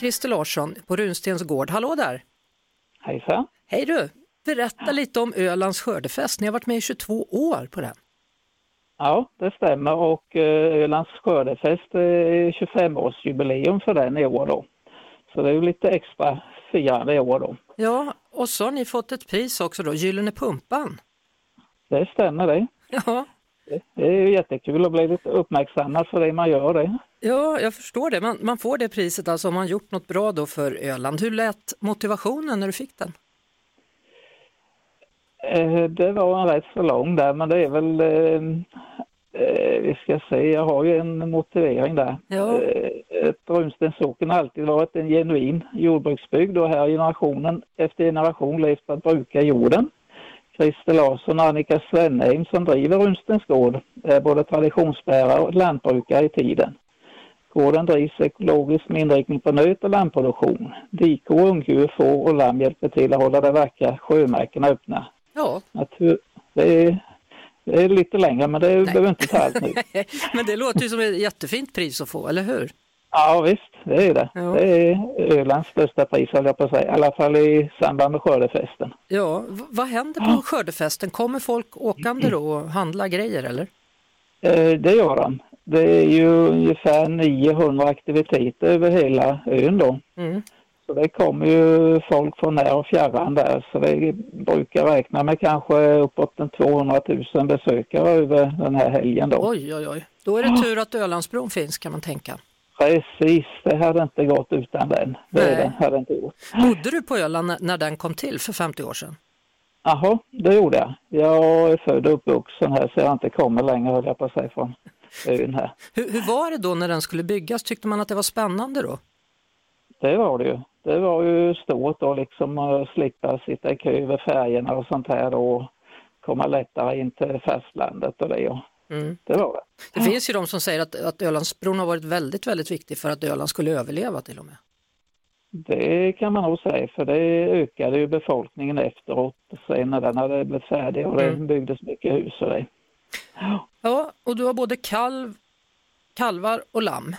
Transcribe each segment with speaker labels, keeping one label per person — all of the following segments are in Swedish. Speaker 1: Christer Larsson på Runstens gård, hallå där!
Speaker 2: Hejsan.
Speaker 1: Hej du! Berätta lite om Ölands skördefest, ni har varit med i 22 år på den.
Speaker 2: Ja, det stämmer och eh, Ölands skördefest är 25-årsjubileum för den i år då. Så det är ju lite extra firande i år då.
Speaker 1: Ja, och så har ni fått ett pris också då, Gyllene Pumpan.
Speaker 2: Det stämmer det.
Speaker 1: Ja,
Speaker 2: Det är ju jättekul att bli lite uppmärksammad för det man gör det.
Speaker 1: ja jag förstår det. Man, man får det priset alltså om man gjort något bra då för Öland. Hur lät motivationen när du fick den?
Speaker 2: Eh, Det var en rätt så lång där men det är väl, eh, eh, vi ska se, jag har ju en motivering där.
Speaker 1: Ja.
Speaker 2: Eh, att Runstens socken har alltid varit en genuin jordbruksbygd och här har generationen efter generation levt på att bruka jorden. Christer Larsson och Annika Svenheim som driver Runstens gård är både traditionsbärare och lantbrukare i tiden. Gården drivs ekologiskt med inriktning på nöt och lammproduktion. Dikor, ungdjur, får och lamm hjälper till att hålla de vackra sjömärkena öppna.
Speaker 1: Ja,
Speaker 2: Natur, det, är, det är lite längre men det behöver inte ta allt nu.
Speaker 1: men det låter ju som ett jättefint pris att få, eller hur?
Speaker 2: Ja visst, det är det.
Speaker 1: Ja.
Speaker 2: Det är Ölands största pris höll jag på att säga, i alla fall i samband med skördefesten.
Speaker 1: Ja, v- vad händer på skördefesten? Kommer folk åkande då och handla grejer eller?
Speaker 2: Eh, Det gör de. Det är ju ungefär 900 aktiviteter över hela ön då.
Speaker 1: Mm.
Speaker 2: Så det kommer ju folk från när och fjärran där så vi brukar räkna med kanske uppåt en 200 000 besökare över den här helgen då.
Speaker 1: Oj, oj, oj. Då är det tur att Ölandsbron finns kan man tänka.
Speaker 2: Precis, det hade inte gått utan den. Det
Speaker 1: Nej.
Speaker 2: den hade inte gjort.
Speaker 1: Bodde du på Öland när- när den kom till för 50 år sedan?
Speaker 2: Jaha, det gjorde jag. Jag är född och uppvuxen här så jag har inte kommit längre höll jag på att säga från ön här.
Speaker 1: Hur, hur var det då när den skulle byggas? Tyckte man att det var spännande då?
Speaker 2: Det var det ju. Det var ju stort då liksom att slippa sitta i kö över färgerna och sånt här då och komma lättare in till fastlandet och det. Och
Speaker 1: Mm.
Speaker 2: det var det.
Speaker 1: Det finns ju de som säger att, att Ölandsbron har varit väldigt, väldigt viktig för att Öland skulle överleva till och med.
Speaker 2: Det kan man nog säga för det ökade ju befolkningen efteråt sen när den hade blivit färdig och det
Speaker 1: Mm.
Speaker 2: byggdes mycket hus och det.
Speaker 1: Ja, och du har både kalv, kalvar och lamm.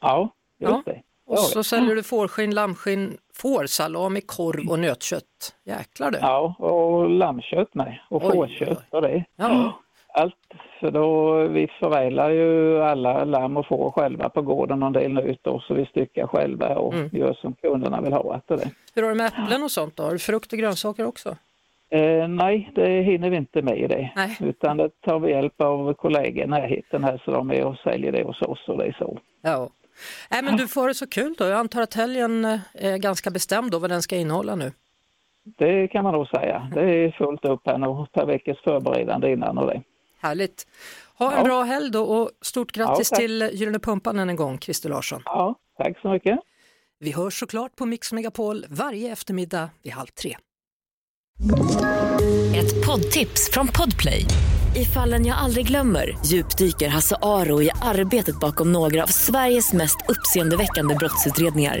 Speaker 2: Ja, just
Speaker 1: Ja. Mm.
Speaker 2: det. Det
Speaker 1: Och
Speaker 2: var
Speaker 1: så
Speaker 2: det.
Speaker 1: säljer du fårskinn, lammskinn, fårsalami, korv och nötkött. Jäklar du.
Speaker 2: Ja, och lammkött med och
Speaker 1: Oj,
Speaker 2: fårkött och det.
Speaker 1: Ja.
Speaker 2: Allt, för då vi förädlar ju alla lamm och får själva på gården och en del nöt då, så vi styckar själva och
Speaker 1: Mm.
Speaker 2: gör som kunderna vill ha. Att det.
Speaker 1: Hur har du med äpplen och sånt då? Har du frukt och grönsaker också?
Speaker 2: Eh, nej, det hinner vi inte med i det.
Speaker 1: Nej.
Speaker 2: Utan det tar vi hjälp av kollegor i närheten här så de är och säljer det hos oss och det är så.
Speaker 1: Ja. Nej men du får ha det så kul då. Jag antar att helgen eh, är ganska bestämd då vad den ska innehålla nu.
Speaker 2: Det kan man nog säga. Det är fullt upp här nu, ett par veckors förberedande innan och det.
Speaker 1: Härligt. Ha en
Speaker 2: Ja.
Speaker 1: bra helg då och stort grattis
Speaker 2: Ja, tack.
Speaker 1: till Gyllene Pumpan än en gång, Christer Larsson.
Speaker 2: Ja, tack så mycket.
Speaker 1: Vi hörs såklart på Mix Megapol varje eftermiddag vid halv tre.
Speaker 3: Ett poddtips från Podplay. I fallen jag aldrig glömmer djupdyker Hasse Aro i arbetet bakom några av Sveriges mest uppseendeväckande brottsutredningar.